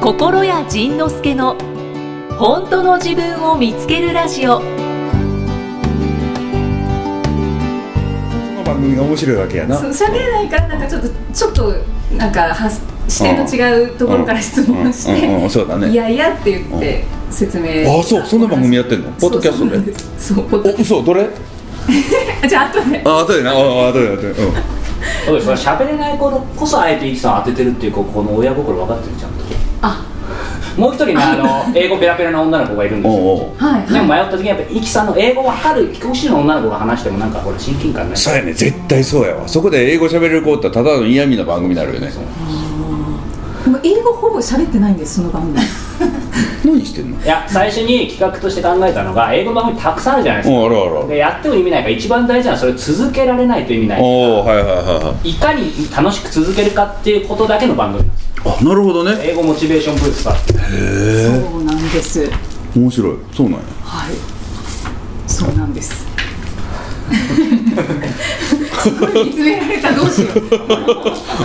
心谷仁之助の本当の自分を見つけるラジオこの番組が面白いわけやなそう喋れないからなんかちょっとちょっとなんかは視点の違うところから質問しうんうんうんてそうだ「いねやいや」って言って説明あそうそんな番組やってんのポッドキャストでそうそうなんおです嘘どれそうポッド じゃあ後であ後でなあ後で後でうんそうですね喋れないことこそあえてイキさん当ててるっていうここの親心分かってるちゃんとあもう一人ねあの英語ペラペラな女の子がいるんですよおうおうはいではもい迷った時にやっぱイキさんの英語分かる聞くしの女の子が話してもなんかほら親近感ないそうやね絶対そうやわそこで英語喋れる子ってただの嫌味な番組になるよねでも英語ほぼ喋ってないんですその番組何してんのいや最初に企画として考えたのが英語の番組たくさんあるじゃないですかおあらあらでやっても意味ないから一番大事なのはそれを続けられないと意味ないおおはいはいはいかに楽しく続けるかっていうことだけの番組なんですいはいあなるほどね英語モチベーションブースターっていうそうなんです面白いそうなんやはいそうなんですすごい見つめられたどうしよ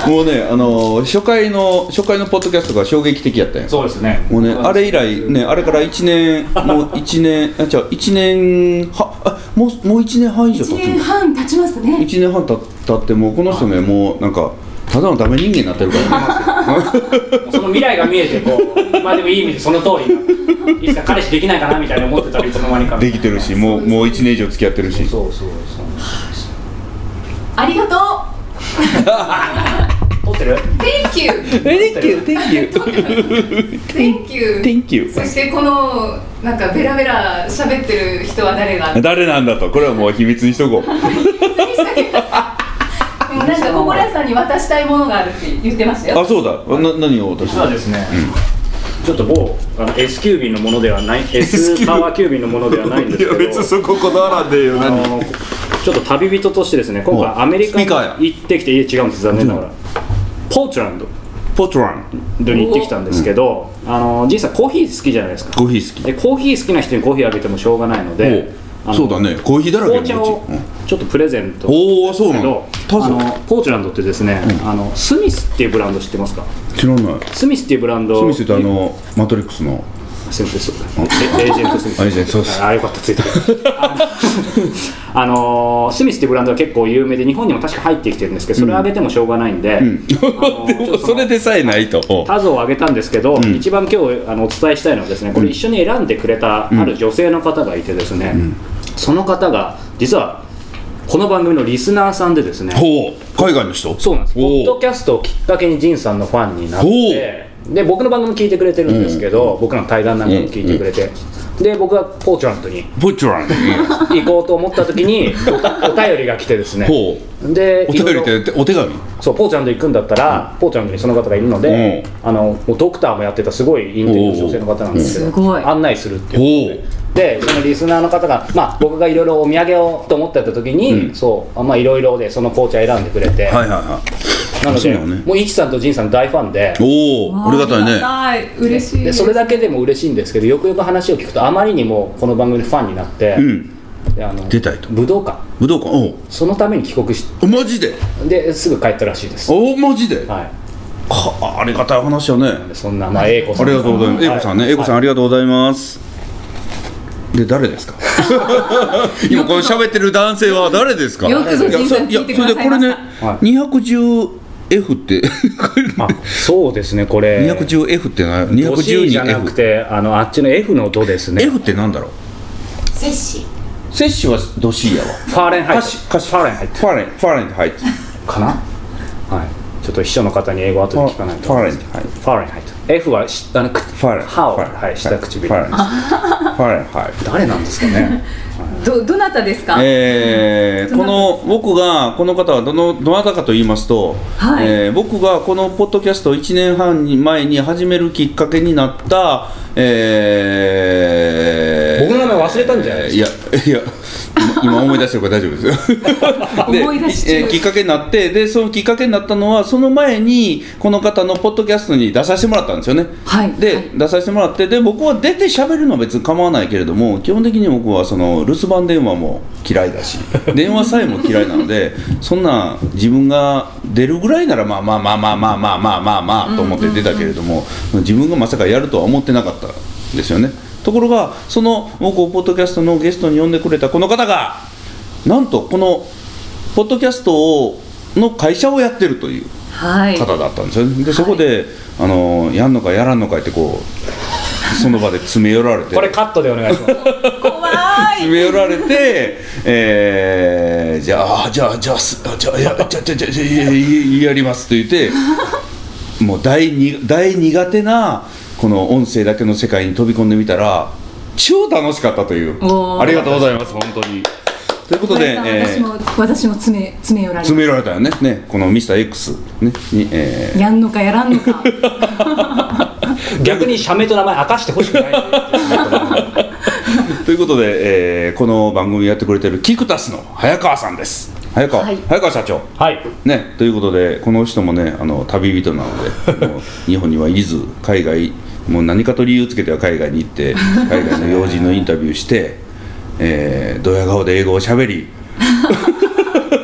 うもうねあのー初回の初回のポッドキャストが衝撃的やったんやそうですねもうね、あれ以来、ね、あれから1年、もう1年、 あ、違う、1年は、あもう、もう1年半以上1経つ年半経ちますね一年半経経って、もうこの人ね、もうなんか、ただのダメ人間になってる からね。その未来が見えてこうまあでもいい意味でその通りいつか彼氏できないかなみたいに思ってたらいつの間にかできてるし、もう、もう1年以上付き合ってるし。そうそうそうありがとう撮ってる Thank you え、Thank you, thank you, Thank you thank そ you. してこのなんかベラベラ喋ってる人は誰 がも誰なんだと、これはもう秘密にしとこ う。うなんか心屋さんに渡したいものがあるって言ってましたよあ、そうだ、な、何を私実。はですね、ちょっと某あの S 級便のものでは ない S パワー級便のものではないんですけ どそここだわらんでよあのちょっと旅人としてですね今回アメリカにスピーカーや行ってきていえ違うんです残念ながらポートランドポトラン。に行ってきたんですけど、あの実はコーヒー好きじゃないですかコーヒー好でコーヒー好きな人にコーヒーあげてもしょうがないのであおのそうだね、コーヒーだらけ紅のうち。茶をうんちょっとプレゼントおお、そうなけどの。あ確のポーチランドってですね、あのスミスっていうブランド知ってますか知らない。スミスっていうブランドスミスってあのマトリックスの先生そうエージェントスミスエージェントそうですああよかったついてる あのースミスっていうブランドは結構有名で日本にも確か入ってきてるんですけどそれあげてもしょうがないんで、の でもそれでさえないとタズを挙げたんですけど、一番今日あのお伝えしたいのはですねこれ一緒に選んでくれたある女性の方がいてですね、その方が実はこの番組のリスナーさんでですねほう海外の人そうなんですポおッードキャストをきっかけに仁さんのファンになっほてで僕の番組聞いてくれてるんですけど、僕らの対談なんかも聞いてくれて、で僕がポーチュラン トにポチュラン 行こうと思った時におお便りが来てですねほでお便いろいろりってお手紙そうポーチュラント行くんだったら、ポーチュラントにその方がいるので、あのもうドクターもやってたすごいインテリの女性の方なんですけおーどすごい案内するっていうほうでそのリスナーの方が、まあ、僕がいろいろお土産をと思ってた時に、うんそうあまあいろいろでその紅茶選んでくれて、はいはいはいなのそうで、なのねもうイチさんとジンさん大ファンでおおありがたいねはい嬉しいでそれだけでも嬉しいんですけどよくよく話を聞くとあまりにもこの番組のファンになって、うんであの出たいと武道館武道館おそのために帰国しおマジでですぐ帰ったらしいです、おおマジでははありがたい話やねい、そんな、まあ、英子さあんりがとうございます英は子さんね英子さんはありがとうございますで誰ですか 今この喋ってる男性は誰ですかよくぞいや人そ生いや聞いてそれくだでこれさいまねしたは 210F ってあそうですねこれ 210F ってなド C じゃなく 212F てあのあっちの F のドですね F ってなんだろう摂氏摂取はドシーやわファーレンハイトファーレンハイトファーレンファーレンって入ってかなはいちょっと秘書の方に英語後で聞かないとファーレンって入ってファーレンハイト F はしあのくファーレン歯をファーレンはい下唇ファーレンファーレンはい 誰なんですかねどどなたですか、えーこの僕がこの方はどのどなたかと言いますと、はいえー僕がこのポッドキャストを1年半に前に始めるきっかけになった、えー僕の名前忘れたんじゃないですかいやいや今今思い出してるから大丈夫で すよで思い出し中えーきっかけになってでそのきっかけになったのはその前にこの方のポッドキャストに出させてもらったんですよね、はいで、はい出させてもらってで僕は出て喋るのは別に構わないけれども基本的に僕はその留守 番電話も嫌いだし電話さえも嫌いなのでそんな自分が出るぐらいならまあまあまあまあまあまあまあまあまあと思って出たけれども、自分がまさかやるとは思ってなかったですよねところがその僕をポッドキャストのゲストに呼んでくれたこの方がなんとこのポッドキャストをの会社をやってるというはい方だったんですよねでそこで、あのやんのかやらんのかってこうその場で詰め寄られて これカットでお願いします 怖い詰め寄られて、えー、じゃああじゃあじゃあすあじゃあいやじゃあじゃあじゃあじゃあいやいややりますと言ってもう大に大苦手なこの音声だけの世界に飛び込んでみたら超楽しかったというおーありがとうございます本当に。ということで、え私ーも私も詰め詰め寄られ詰める寄られたよねねこのミスター X ねに、えやんのかやらんのか逆に社名と名前明かしてほしくないーということで、えーこの番組やってくれてるキクタスの早川さんです早川、はい早川社長はいね、ということでこの人もねあの旅人なのでもう 日本にはいず海外もう何かと理由つけては海外に行って海外の要人のインタビューして、えー、ドヤ顔で英語をしゃべり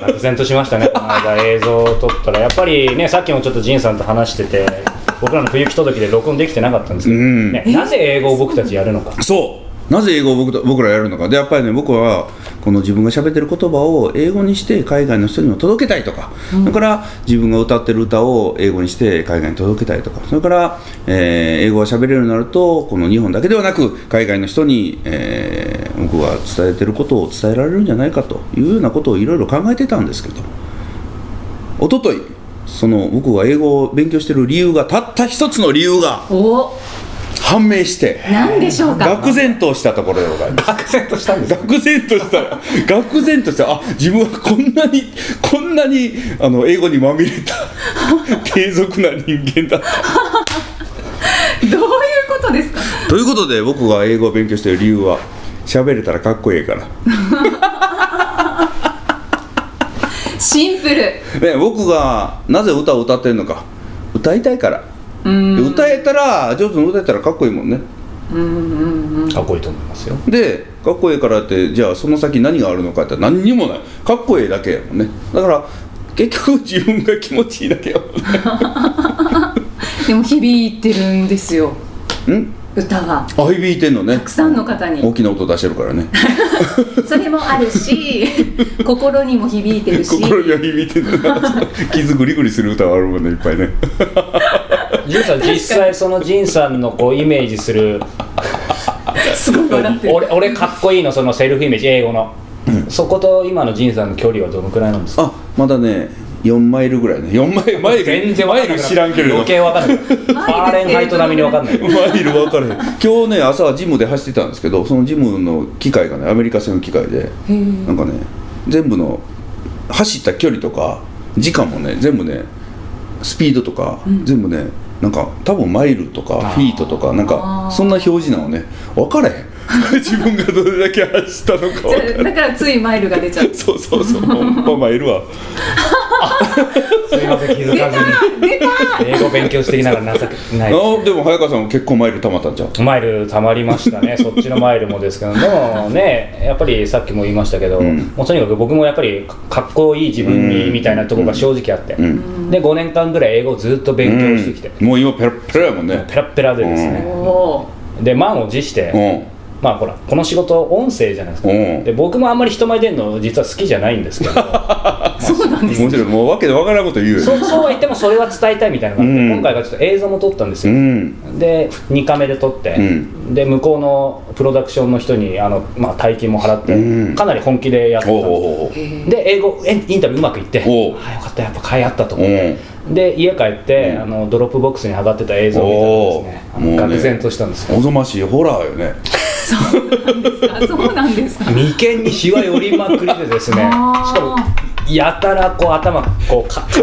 愕然としましたねこの間映像を撮ったらやっぱりねさっきもちょっと仁さんと話してて僕らの冬木届で録音できてなかったんですけど、うんね、なぜ英語を僕たちやるのかそうなぜ英語を僕と僕らやるのかでやっぱりね僕はこの自分が喋ってる言葉を英語にして海外の人にも届けたいとか、それから自分が歌ってる歌を英語にして海外に届けたいとかそれから、えー英語が喋れるようになるとこの日本だけではなく海外の人に、えー僕が伝えてることを伝えられるんじゃないかというようなことをいろいろ考えてたんですけど一昨日その僕が英語を勉強してる理由がたった一つの理由がお判明して。なんでしょうか愕然としたところでございます愕然としたんです愕然とした愕然としたあ自分はこんなにこんなにあの英語にまみれた低俗な人間だったどういうことですかということで僕が英語を勉強している理由は喋れたらかっこいいから、シンプルね、僕がなぜ歌を歌ってるのか歌いたいからで歌えたら上手に歌えたらかっこいいもんねかっこいいと思いますよでかっこいいからってじゃあその先何があるのかって言ったら何にもないかっこいいだけやもんねだから結局自分が気持ちいいだけやもんねでも響いてるんですようん歌はあ響いてんのねたくさんの方に大きな音出してるからねそれもあるし 心にも響いてるし心には響いてるな傷グリグリする歌はあるもんねいっぱいね仁さん実際その仁さんのこうイメージするすごい笑ってる俺俺かっこいいのそのセルフイメージ英語の、そこと今の仁さんの距離はどのくらいなんですかあまだね4マイルぐらいね4マイルマイル全然わマかイんなルくな知らんけれど余計わかんないファーレンハイト並みにわかんないマイル分かれへん今日ね朝ジムで走ってたんですけどそのジムの機械がねアメリカ製の機械でーなんかね全部の走った距離とか時間もね全部ねスピードとか、全部ねなんか多分マイルとかあーフィートとかなんかそんな表示なのね分かれ へん自分がどれだけ走ったのか分からへんだからついマイルが出ちゃうそうそうそうほんまマイルはすいません気づかずに英語勉強してきながら情けないあでも早川さんも結構マイル溜まったんちゃうマイルたまりましたね、 そっちのマイルもですけど、でもね、やっぱりさっきも言いましたけど、んもうとにかく僕もやっぱりかかっこいい自分にうんみたいなところが正直あって、んで5年間ぐらい英語をずっと勉強してきて、うんもう今ペラッペラやもんねペラッペラでですね、おで、満を持して、うまあほら、この仕事、音声じゃないですか、うんで僕もあんまり人前出るの、実は好きじゃないんですけど、ーそうなんですんもちろんもうわけでわからんこと言うよねそうそうは言っても、それは伝えたいみたいなのがあって、うん今回はちょっと映像も撮ったんですうよ。んで2カメで撮って、うんで向こうのプロダクションの人にあの、まあ、大金も払って、うんかなり本気でやってたんおうですよおうおうで英語えインタビューうまくいっておうあよかったやっぱ買いあったと思うって、んで家帰って、あのドロップボックスに上がってた映像を見たらですねおうもうねあの愕然としたんですよおぞましいホラーよねかそうなんですか眉間にしわ寄りまくりでですね しあーかもやたらこう頭こうかかき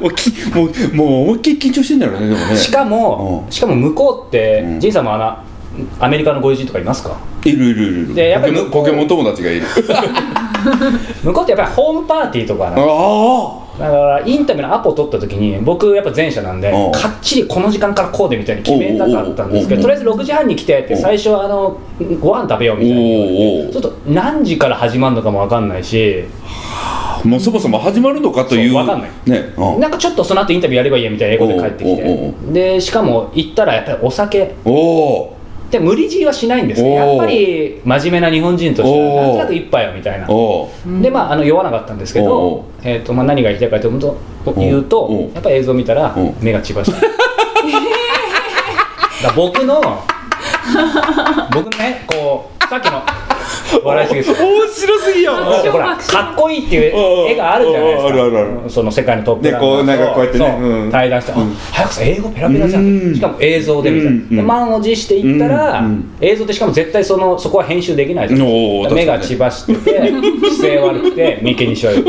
むしてもうきもうもう思いっきり緊張してんだろうねでもたねりしかもうんしかも向こうって、うんジンさんもあのアメリカのご友人とかいますかいるいるいるいるでやっぱりポケモン向ポこうケモン友達がいる向こうってやっぱりホームパーティーとかなんあかあだからインタビューのアポを取った時に僕やっぱ前者なんでうんかっちりこの時間からこうでみたいに決めたかったんですけどおうとりあえず6時半に来てっておう最初はあのご飯食べようみたいおなうおうちょっと何時から始まるのかも分かんないしもうそもそも始まるのかというそうわかんないねうんなんかちょっとその後インタビューやればいいやみたいな英語で帰ってきおうおうてでしかも行ったらやっぱりお酒おおで無理強いはしないんですねおーやっぱり真面目な日本人としておーはなんとなく一杯はみたいなおおでまああの酔わなかったんですけおうおうど、えーとまあ、何が言いたいかというとおう言うとおうやっぱり映像見たらおう目が 血走るだから僕の僕ねこうさっきの笑いすぎです面白すぎよ面白 いほらかっこいいっていう絵があるじゃないですかおうおうあるあるあるその世界のトップラでンこうなんかこうやってねそううん対談して、あ早くさ英語ペラペラじゃうんんしかも映像でみたいうんうんなで満を持していったら、うんうん映像でしかも絶対そのそこは編集できないじゃないおうおうですか目が確か血に走ってて姿勢悪く て眉間にしわ寄る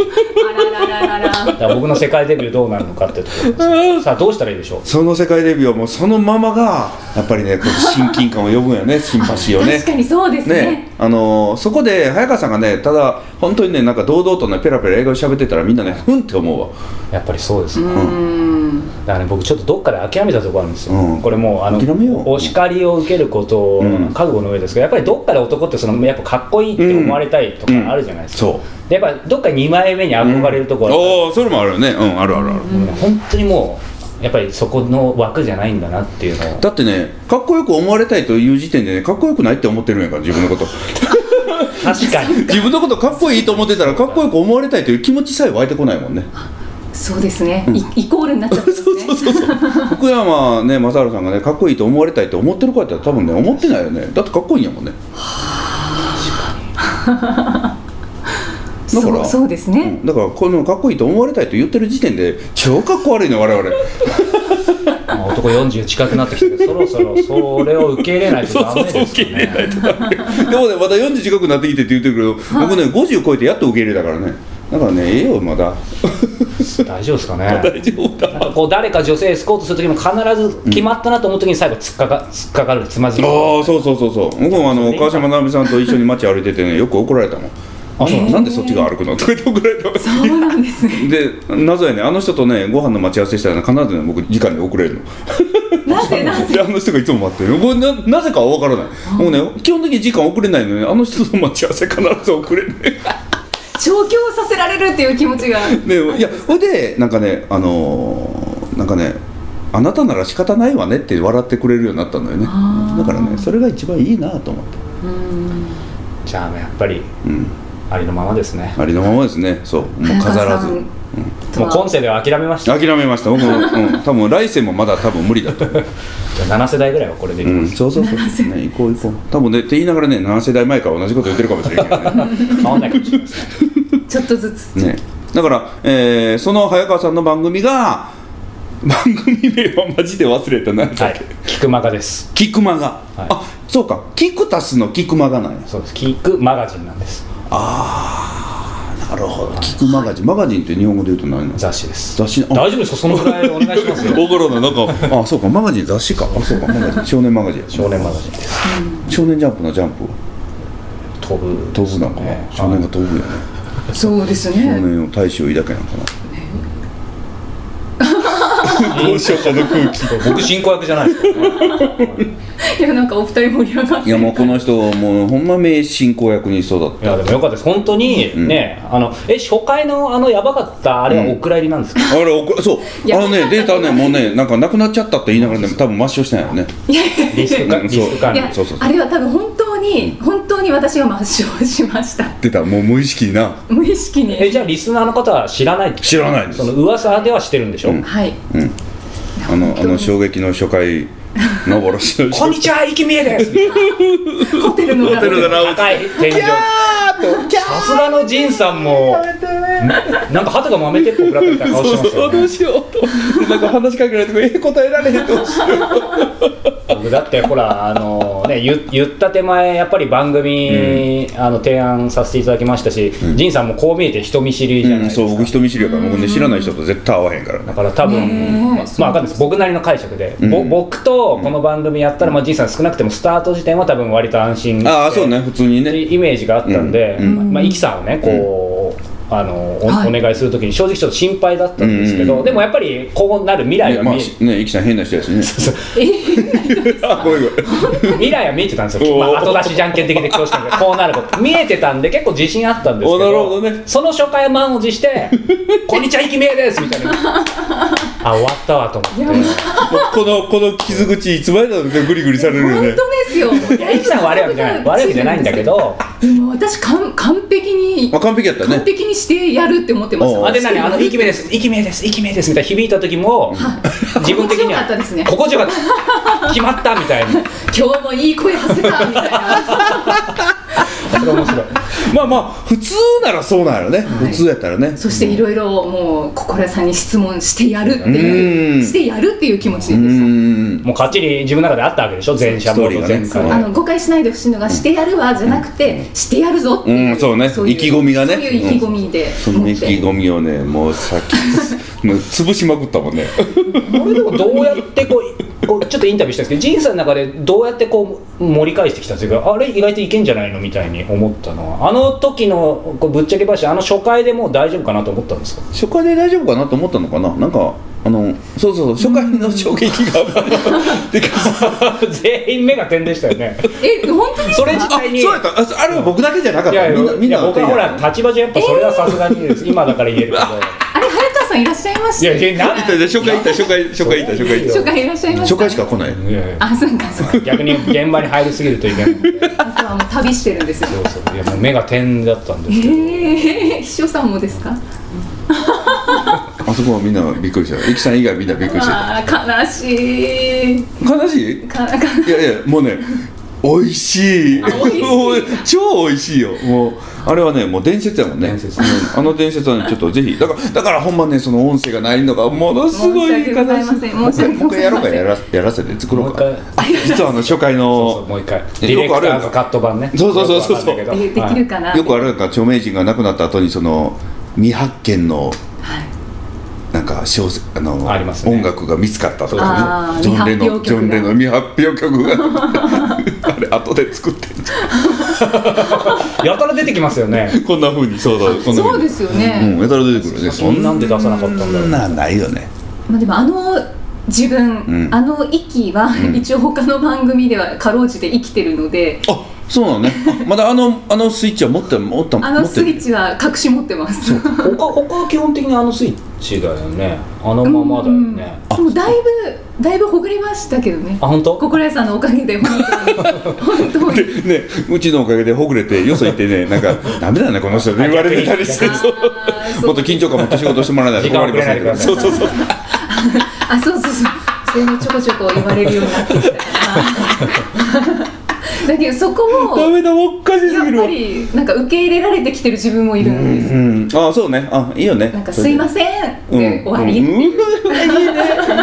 らららららだから僕の世界デビューどうなるのかってとこ ろですねさあどうしたらいいでしょうその世界デビューはもうそのままがやっぱりねこう親近感を呼ぶんよ ねシンパシーをね確かにそうですねね、あのーそこで早川さんがねただ本当にねなんか堂々とねペラペラ英語で喋ってたらみんなねふんって思うわやっぱりそうですね、うーんだからね僕ちょっとどっかで諦めたところあるんですよ、うんこれもうあの諦めようお叱りを受けることをうん覚悟の上ですけどやっぱりどっかで男ってそのやっぱかっこいいって思われたいとかあるじゃないですか、うんうんでやっぱどっか2枚目に憧れるところ、おおそれもあるよねうんあるあるある、もう本当にもうやっぱりそこの枠じゃないんだなっていうのをだってねかっこよく思われたいという時点でねかっこよくないって思ってるんやから自分のこと確かに 自分のことかっこいいと思ってたらかっこよく思われたいという気持ちさえ湧いてこないもんねそうですね、いイコールになっちゃってます ねそうそうそう福山ね雅治さんがねかっこいいと思われたいと思ってる子やったら多分ね思ってないよねだってかっこいいんやもんねだからそうそうですね、うんだからこのかっこいいと思われたいと言ってる時点で超かっこ悪いね我々まあ男40近くなってきてそろそろそれを受け入れないとダメですよねいとダメでもねまた40近くなってきてって言ってるけど、僕ね50超えてやっと受け入れたからねだからねええよまだ大丈夫ですかね丈夫だなんかこう誰か女性エスコートするときも必ず決まったなと思うときに最後突っかか突っかかるつまずくああそうそうそうそう僕もあのね川島直美さんと一緒に街歩いててねよく怒られたもんあそうなんでそっちが歩くのとか言って怒られたもんそうなんです ねで謎やねあの人とねご飯の待ち合わせしたら、ね、必ずね僕時間に遅れるのなぜなぜであの人がいつも待ってるこれななぜかは分からないもうね基本的に時間遅れないのにあの人と待ち合わせ必ず遅れるね調教させられるっていう気持ちがでいやほいでなんかねあのーなんかねあなたなら仕方ないわねって笑ってくれるようになったんだよねだからねそれが一番いいなと思ってじゃあやっぱりうんありのままですねありのままですねそうもう飾らず早もう川さ今んとは世では諦めました諦めました僕も、うん、多分来世もまだ多分無理だ と思う、じゃあ7世代ぐらいはこれでいきうまん、す、そうそうそう、ね、行こう行こう多分ねって言いながらね何世代前から同じこと言ってるかもしれないけどね 変わんないかもしれないですねちょっとずつね、だから、えーその早川さんの番組が番組名はマジで忘れたな、はい菊間がですキクマガ、はいあそうかキクタスのキクマガなんやそうです菊マガジンなんですなるほどキクマガジンマガジンって日本語で言うと何なの雑誌です雑誌あ大丈夫ですかそのぐらいお願い しますよ分からないなんかあそうかマガジン雑誌かあそうかマガジン少年マガジン少年マガジンです少年ジャンプのジャンプ飛ぶ飛ぶなんかな、ね少年が飛ぶよねそうです少ね年を大志を抱けなんかなどうしようかの空気僕進行役じゃないですかいやなんかお二人盛り上がっていやもうこの人もうほんま名進行役に育っいやでもよかったです本当にね、あのえ初回のあのやばかったあれはお蔵入りなんですか、あれおこそういやあのねデータねもうねなんかなくなっちゃったって言いながらね多分抹消 してないよねいやいやいやリスクかうんリそうスク管い理やそうそうそうあれは多分本当に本当に私が抹消しました出たもう無意識にな無意識にえじゃあリスナーの方は知らない知らないですその噂ではしてるんでしょ、うんはいあのあの衝撃の初回のぼろしのこんにちは生きみえですホテルのホテルだな高い天井さすがの仁さんもなんか鳩が豆鉄砲食らったみたいな顔してますよ、ね、しようとなんか話しかけられてええ答えられへんと僕だってほらあのね言言った手前やっぱり番組、あの提案させていただきましたし仁、さんもこう見えて人見知りじゃないですか、そう僕人見知りやから僕ね知らない人と絶対会わへんからだねから多分、ねえまあ、まあわかんないです僕なりの解釈で、ぼ僕とこの番組やったら、まあ、じいさん少なくてもスタート時点は多分割と安心してああそうね普通にってねいうイメージがあったんで、うまあ、イキさんをねこう、あのお,、はいお願いするときに正直ちょっと心配だったんですけど、うんうんうんでもやっぱりこうなる未来ねはま見あえ、しねいきさん変な人やしね あごめんごめん未来は見えてたんですよ、おーまあ、後出しじゃんけん的で恐縮なんでこうなること見えてたんで結構自信あったんですけどおなるほどねその初回は満を 持して「こんにちはイきみえです」みたいなあ終わったわと思ってもうこのこの傷口いつまでだってグリグリされるよね本当ですよいやイきさんは悪いわけじゃない悪いわけじゃないんだけどでも私完完璧にまあ完璧やったね完璧にしてやるって思ってましおうたあで何あの「イきみえですイきみえですイきみえです」みたいな響いた時も自分的には心地よかったですね心地よかった決まったみたいな今日もいい声発せたみた いなそれ面白いまあまあ普通ならそうなんやろね、はい普通やったらねそしていろいろもう心さんに質問してやるっていううんしてやるっていう気持ちうーでしたんもうかっちり自分の中であったわけでしょ前者もストーリーがね前回そうあの誤解しないでほしいのが「してやるわ」じゃなくて「してやるぞ」っていうんそうねいう意気込みがねそういう意気込みでそ持のって意気込みをねもうさっきもう潰しまくったもんねこれでもどうやってこうこうちょっとインタビューしたんですけど仁さんの中でどうやってこう盛り返してきたんですかあれ意外といけんじゃないのみたいに思ったのはあの時のこうぶっちゃけ話あの初回でもう大丈夫かなと思った んですか初回で大丈夫かなと思ったのかななんかあのそうそうそう初回の衝撃がでかさ全員目が点でしたよねえ本当にそれ自あ体にそうやったあそうあれは僕だけじゃなかっいたやいみんなやみいんなや僕はほら手や立場上やっぱそれはさすがにです今だから言えるけどあれ早川さんいらっしゃいましたいやいやなんいやいや初回行った初回初回行った初回行っ初回いらっしゃいたまし初た回しか来ないいやいやあそうかそう か逆に現場に入りすぎるといけないのであとはもう旅してるんですよそうそういやもう目が点だったんですけどええ秘書さんもですかあそこはみんなびっくりした駅さん以外みんなびっくりしたあー悲しい悲しい かかいやいやもうね美味しいあ美味しいもう超美味しいよもうあれはねもう伝説やもんね伝説うんあの伝説はねちょっとぜひだからだからほんまねその音声がないのがものすごい悲しい申し訳ございませんもう一回申し訳もう一ご回ざやろいうまかせんやらやらせて作ろうもうか一回あ実はあの初回 そうそのうもう一回デえィレよくクあるターのカット版ねそうそうそうそうそうよくわかえんないでけどきるかなよくあれなんか著名人が亡くなった後にその未発見のはいなんか小説あのありますね音楽が見つかったとかあーねジョン・レノンジ未ョン・レノン発未発表曲が あれ後で作ってんじはいやたら出てきますよねゃんこんなふうにそうそうこんなふそうにですよねうん、やたら出てくるねそんなんで出さなかったんだろうそんなんないよねまあ、でもあの自分、うんあの息は、一応他の番組ではかろうじて生きてるのであそうなのねあまだあのあのスイッチは持って持ったあ持のってスイるッチは隠し持ってますで他他は基本的にあのスイッチだよねあのままだよね、もだいぶだいぶほぐれましたけどねあ本当心屋さんのおかげで本当に本当にねうちのおかげでほぐれてよそ行ってねなんか「ダメだなこの人」って言われてたりしてあそうあーそうもっと緊張感持って仕事してもらわないと困りませんけど時そ間をうそうそうあそうそうそうそういうのちょこちょこ言われるようになってきたからだけどそこダもメだおっかしすやぎっるわぱりなんか受け入れられてきてる自分もいるんですうんあそうねあいいよねなんか「すいません」で終わり、うんうん、いいね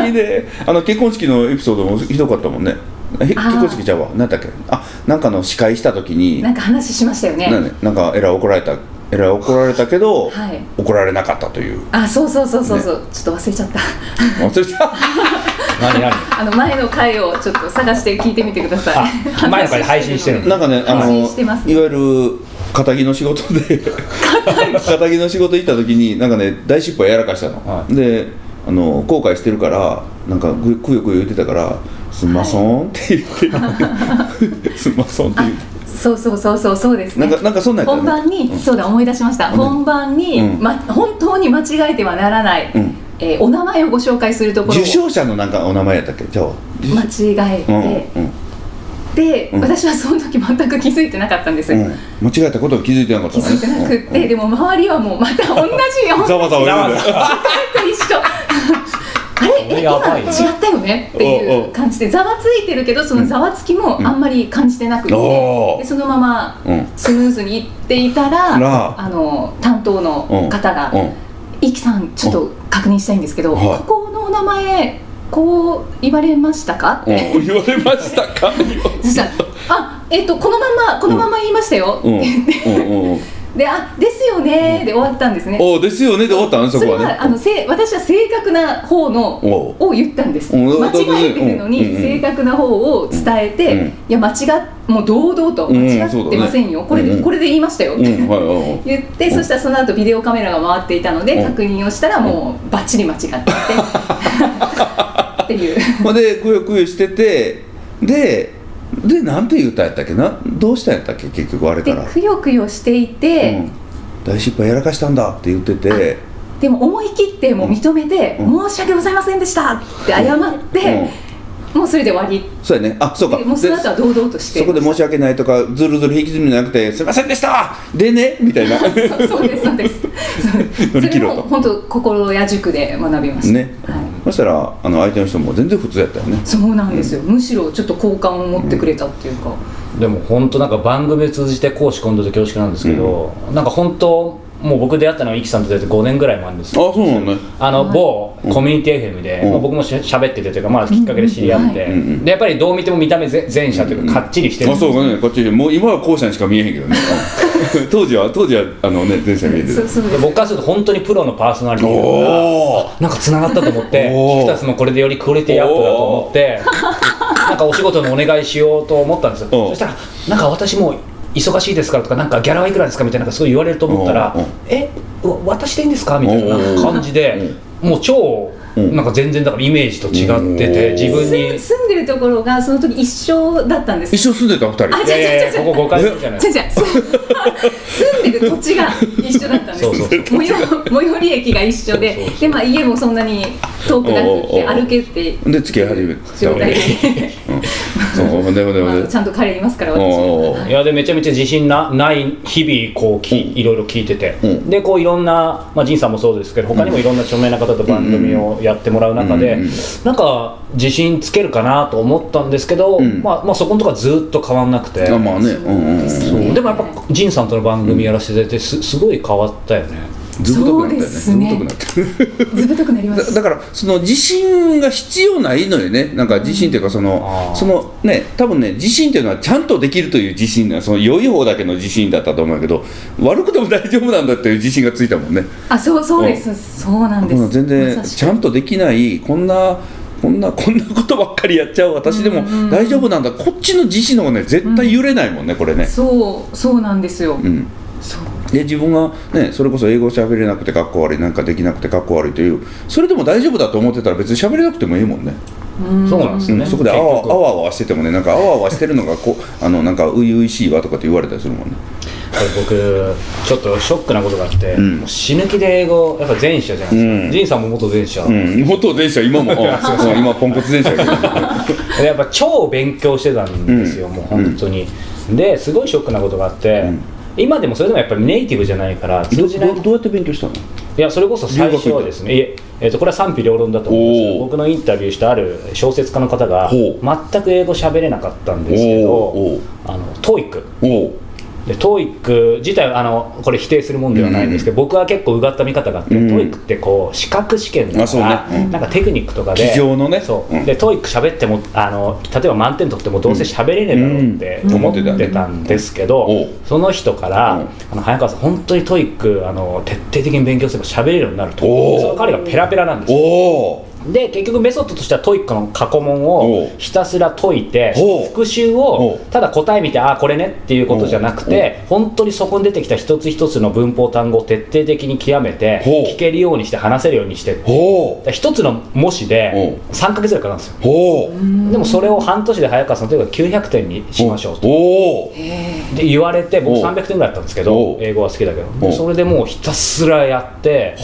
いいねあの結婚式のエピソードもひどかったもんねえ結婚式ちゃうわ何だっけあなんかの司会した時になんか話しましたよねなんでなんかえらい怒られたえらい怒られたけど、はい怒られなかったというあそうそうそうそうそう、ちょっと忘れちゃった忘れた何何あの前の回をちょっと探して聞いてみてくださあい前の回で配信してるなんかねあの配信してますいわゆる肩着の仕事で肩着の仕事行った時になんかね大失敗やらかしたの、はであの後悔してるからなんかぐくよくよ言ってたから「すんまそん」って言って「すんまそん」って言って。そうそうそうそうそうですなねんか、なんかそんなんや本ったよ番ね。に、そうだ思い出しました、うん本番に、うんま、本当に間違えてはならない、うんえーお名前をご紹介するところを受賞者のなんかお名前やったっけ、じゃあ。間違えうん、て、うん、で、うん私はその時全く気づいてなかったんですよ、うん、間違えたことを気づいてなかった気のづいてなくって、でも周りはもうまた同じよざわざわ言うんだよ。と一 緒あこれれえや今ばいね違ったよねっておういおうう感じでざわついてるけどそのざわつきもうんあんまり感じてなくて、おーでそのままうん、スムーズにいっていたら、らあの担当の方がうん、 「イキさんちょっと確認したいんですけど、はいここのお名前こう言われましたか?」ってうん、 言われましたか。そしたら「あえっとこのままこのまま言いましたよ」うん、うん、うん、うん、であですよねーで終わったんですねおですよねで終わったのそそれこははあのねせい私は正確な方のおを言ったんですうん間違えてるのうんうんにうん正確な方を伝えて、うんいや間違っもう堂々とうん間違ってませんよ、そうこだれねで、うんこれで言いましたよっうて、んはいはいはい言って、うんそしたらその後ビデオカメラが回っていたので、うん確認をしたらもうバッチリ間 違っててっていうほんでくよくよしててででなんて言ったんやったっけなどうしたんやったっけ結局あれかでら、くよくよしていて、うん、大失敗やらかしたんだって言っててでも思い切ってもう認めて、うん申し訳ございませんでしたって謝って、もうそれで終わりそうやねあそうかでもうその後は堂々としてそこで申し訳ないとかずるずる引きずりじゃなくて「すいませんでした!」でねみ たいなそうそうですそうです。そ乗りれ切ろうもと本当心や塾で学びました。ね、はいそしたらあの相手の人も全然普通やったよねそうなんですよ、むしろちょっと好感を持ってくれたっていうか、でも本当なんか番組を通じて講師今度で恐縮なんですけど、なんか本当もう僕出会ったのはイキさんと出会って5年ぐらい前ですあそうなのねあの某コミュニティ FM で、うんまあ僕もしゃ喋っててというか、まあ、きっかけで知り合って、うんうんでやっぱりどう見ても見た目ぜ前者というか、かっちりしてるあそうかねこっちもう今は後者にしか見えへんけ どねうん当時は当時はあのね前者見えてそうるそうでです僕からすると本当にプロのパーソナリテおィがおなんか繋がったと思っておー菊田さんもこれでよりクオリティアップだと思ってなんかお仕事のお願いしようと思ったんですよおうそしたらなんか私もう忙しいですからとかなんかギャラはいくらですかみたいななんかすごい言われると思ったらおうおうえわ私でいいんですかみたいな感じでもう超うんなんか全然だからイメージと違っておてう自分に 住住んでるところがその時一緒だったんです一緒住んでた二人あいやいやいやここ誤解するじゃない違う違う住んでる土地が一緒だったんですそうそうそう最寄最寄り駅が一緒でそうそうそうで、まあ、家もそんなに遠くなくおうおうておう歩けてで付き合い始めた状わけ態ねで、そうほんでほんでほまんあ、でちゃんと彼いますからおう私おうおういやでめちゃめちゃ自信なない日々こうきいろいろ聞いてて、うんでこういろんな、まあ、仁さんもそうですけど他にもいろんな著名な方と番組をやってもらう中で、うんうんうんなんか自信つけるかなと思ったんですけど、んまあ、まあそこのとこはずっと変わんなくて、あまあねうんうんうんそうでもやっぱ仁さんとの番組やらせていただいてすすごい変わったよねずぶとくなったよねそうですねずぶとくなったずぶとくなりまだすだからその自信が必要ないのよねなんか自信っていうかその、あーそのね多分ね自信っていうのはちゃんとできるという自信なその良い方だけの自信だったと思うけど悪くても大丈夫なんだっていう自信がついたもんねあそうそうです、そうなんです全然まさしくちゃんとできないこんなこんなこんなことばっかりやっちゃう私でも大丈夫なんだ、こっちの自信の方がね絶対揺れないもんねこれねそうそうなんですよ、うんそうで自分がねそれこそ英語喋れなくてかっこ悪いなんかできなくてかっこ悪いというそれでも大丈夫だと思ってたら別に喋れなくてもいいもんねうんそうなんですよね、うん、そこであ結わ局あわあわしててもねなんかあわあわしてるのがこうあのなんか初々しいわとかって言われたりするもんねこれ僕ちょっとショックなことがあって、んもう死ぬ気で英語やっぱ前者じゃないですか、うん仁さんも元前者、うん元前者今も、うん、うん今ポンコツ前者やけどでやっぱ超勉強してたんですよ、うんもう本当に、ですごいショックなことがあって、ん今でもそれでもやっぱりネイティブじゃないから 通じないどどうやって勉強したのいやそれこそ最初はですねいえ、えーとこれは賛否両論だと思うんですけおどー僕のインタビューしたある小説家の方がほう全く英語喋れなかったんですおーけおどーあの TOEIC おうで TOEIC 自体はあのこれ否定するもんではないんですけど、僕は結構うがった見方があって、うん TOEIC ってこう資格試験あだそかうねら、うんなんかテクニックとかで机上のねそう、うんで TOEIC 喋ってもあの例えば満点取ってもどうせ喋れねえだろうってうん思ってたんですけど、うんおうその人から、うんあの早川さん本当に TOEIC あの徹底的に勉強すれば喋れるようになるとおうその彼がペラペラなんですよおうで結局メソッドとしては TOEIC の過去問をおうひたすら解いてほう復習おうをただ答え見てああこれねっていうことじゃなくて本当にそこに出てきた一つ一つの文法単語を徹底的に極めてほう聞けるようにして話せるようにしておうだから一つの模試でお3か月ぐらいかかるんですよおうでもそれを半年で早川さんというか900点にしましょうとおうえで言われて僕おう300点ぐらいだったんですけおどう英語は好きだけどおうでそれでもうひたすらやって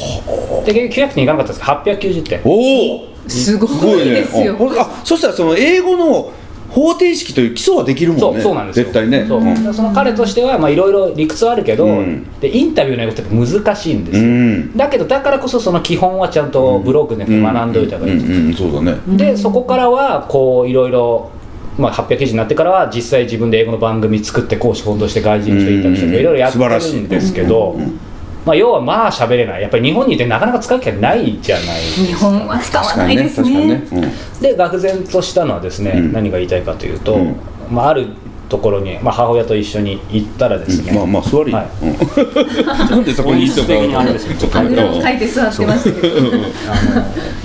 で結局900点いかなかったんですけど890点おうーすごすいですよ、うんほんあそしたらその英語の方程式という基礎はできるもそんねうそうなんですよ絶対ねそううんだからその彼としてはまあいろいろ理屈はあるけど、うんでインタビューの英語って難しいんですよ、うんだけどだからこそその基本はちゃんとブログで学んでおいた方がいい、うんうんうんそうだねでそこからはこういろいろまあ、800記事になってからは実際自分で英語の番組作って講師混同して外人していたりしてうんうんうんいろいろやって素晴らしるいんですけど、うんうんうんまあ、要はまあ喋れないやっぱり日本にいてなかなか使う機会ないじゃない日本は使わ確かなにいでねす確かにねねうんで愕然としたのはですね、うん何が言いたいかというと、うんまあ、あるところに、まあ、母親と一緒に行ったらですね、まあまあ座り、はいうん なんでそこにいたか本質的にあれですねちょっとあぐらをうかいて座ってましたけどあの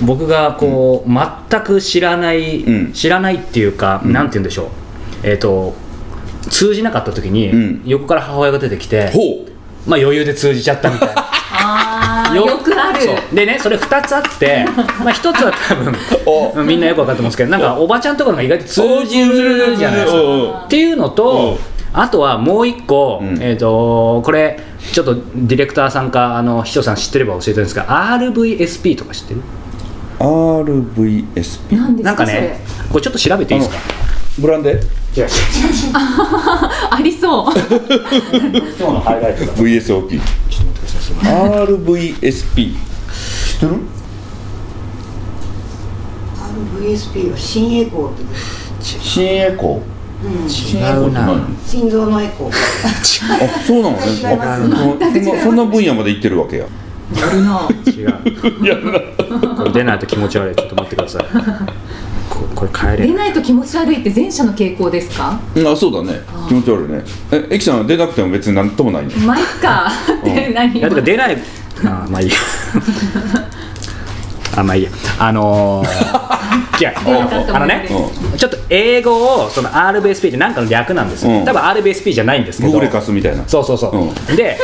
僕がこう、全く知らない、うん知らないっていうか、なんて言うんでしょうえっ、と通じなかった時に、うん横から母親が出てきて、ほまあ余裕で通じちゃったみたい なああよくあるそうでねそれ2つあって、まあ、1つは 多分みんなよく分かってますけどなんかおばちゃんとかの方が意外と通じるじゃないですかうんうんっていうのと、あとはもう一個、うんえっ、とこれちょっとディレクターさんかあの秘書さん知ってれば教えてるんですが RVSP とか知ってるう RVSP なんですなんかかそねれこれちょっと調べていいですかブランデいやありそう今日のハイライトだ VSOP ちょっと待ってくださいすいま RVSP 知ってる VSP は心エコーって言う新エコ新エコって違う何な心臓のエコーあそうなのね違いますあそんなそんな分野まで行ってるわけややるなせん違うこれ出ないと気持ち悪いちょっと待ってくださいここれ帰れ出ないと気持ち悪いって前者の傾向ですかあそうだね気持ち悪いねえエキさんは出なくても別に何ともないねまあいっかって何いやだから出ないあーまあいいやあまあいいやあのー、いやあのねちょっと英語をその RBSP って何かの略なんですよ、うん多分 RBSP じゃないんですけグどーレカスみたいなそうそうそう、 で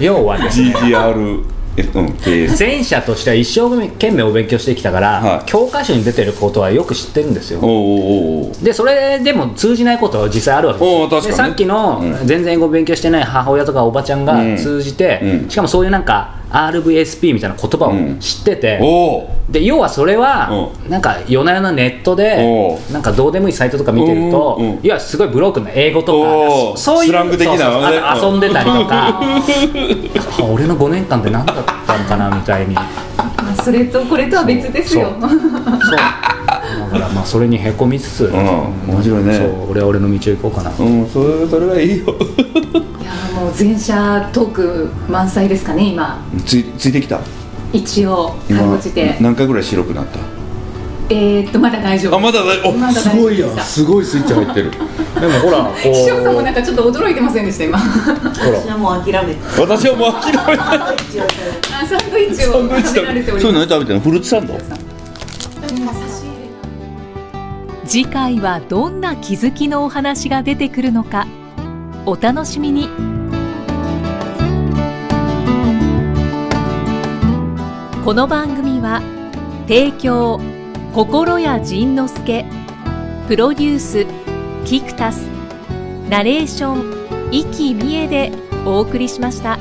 要はですね GGR えうん経営前者としては一生懸命お勉強してきたから、はい教科書に出てることはよく知ってるんですよおおおうおうおうでそれでも通じないことは実際あるわけですおよー確かにねでさっきのう全然英語を勉強してない母親とかおばちゃんうんが通じて、うんしかもそういうなんか RVSP みたいな言葉うんを知ってて、おうで要はそれはなんか夜な夜なネットでおなんかどうでもいいサイトとか見てるとうんうんいやすごいブロークな英語とおーかそそういうスラング的なそうそうそうあとう遊んんでたり とかあ俺の5年間って何だったのかなみたいにまあそれとこれとは別ですよそうそうだからまあそれにへこみつつ、ん面白いねそう俺は俺の道を行こうかなうんそれそれはいいよいやもう前者トーク満載ですかね今 ついついてきた一応かろうじて何回ぐらい白くなったえーっとまだ大丈夫あまだだおまだす大丈夫ごでいしたやんすごいスイッチ入ってるでもほらこ 師匠さんもなんかちょっと驚いてませんでした今あほ私はもう諦めて 私はもう諦めた一応サンドイッチを食べられておりそれま何食べてんのフルーツサンドす次回はどんな気づきのお話が出てくるのかお楽しみにこの番組は提供心谷仁之助プロデュースキクタスナレーション生きみえでお送りしました。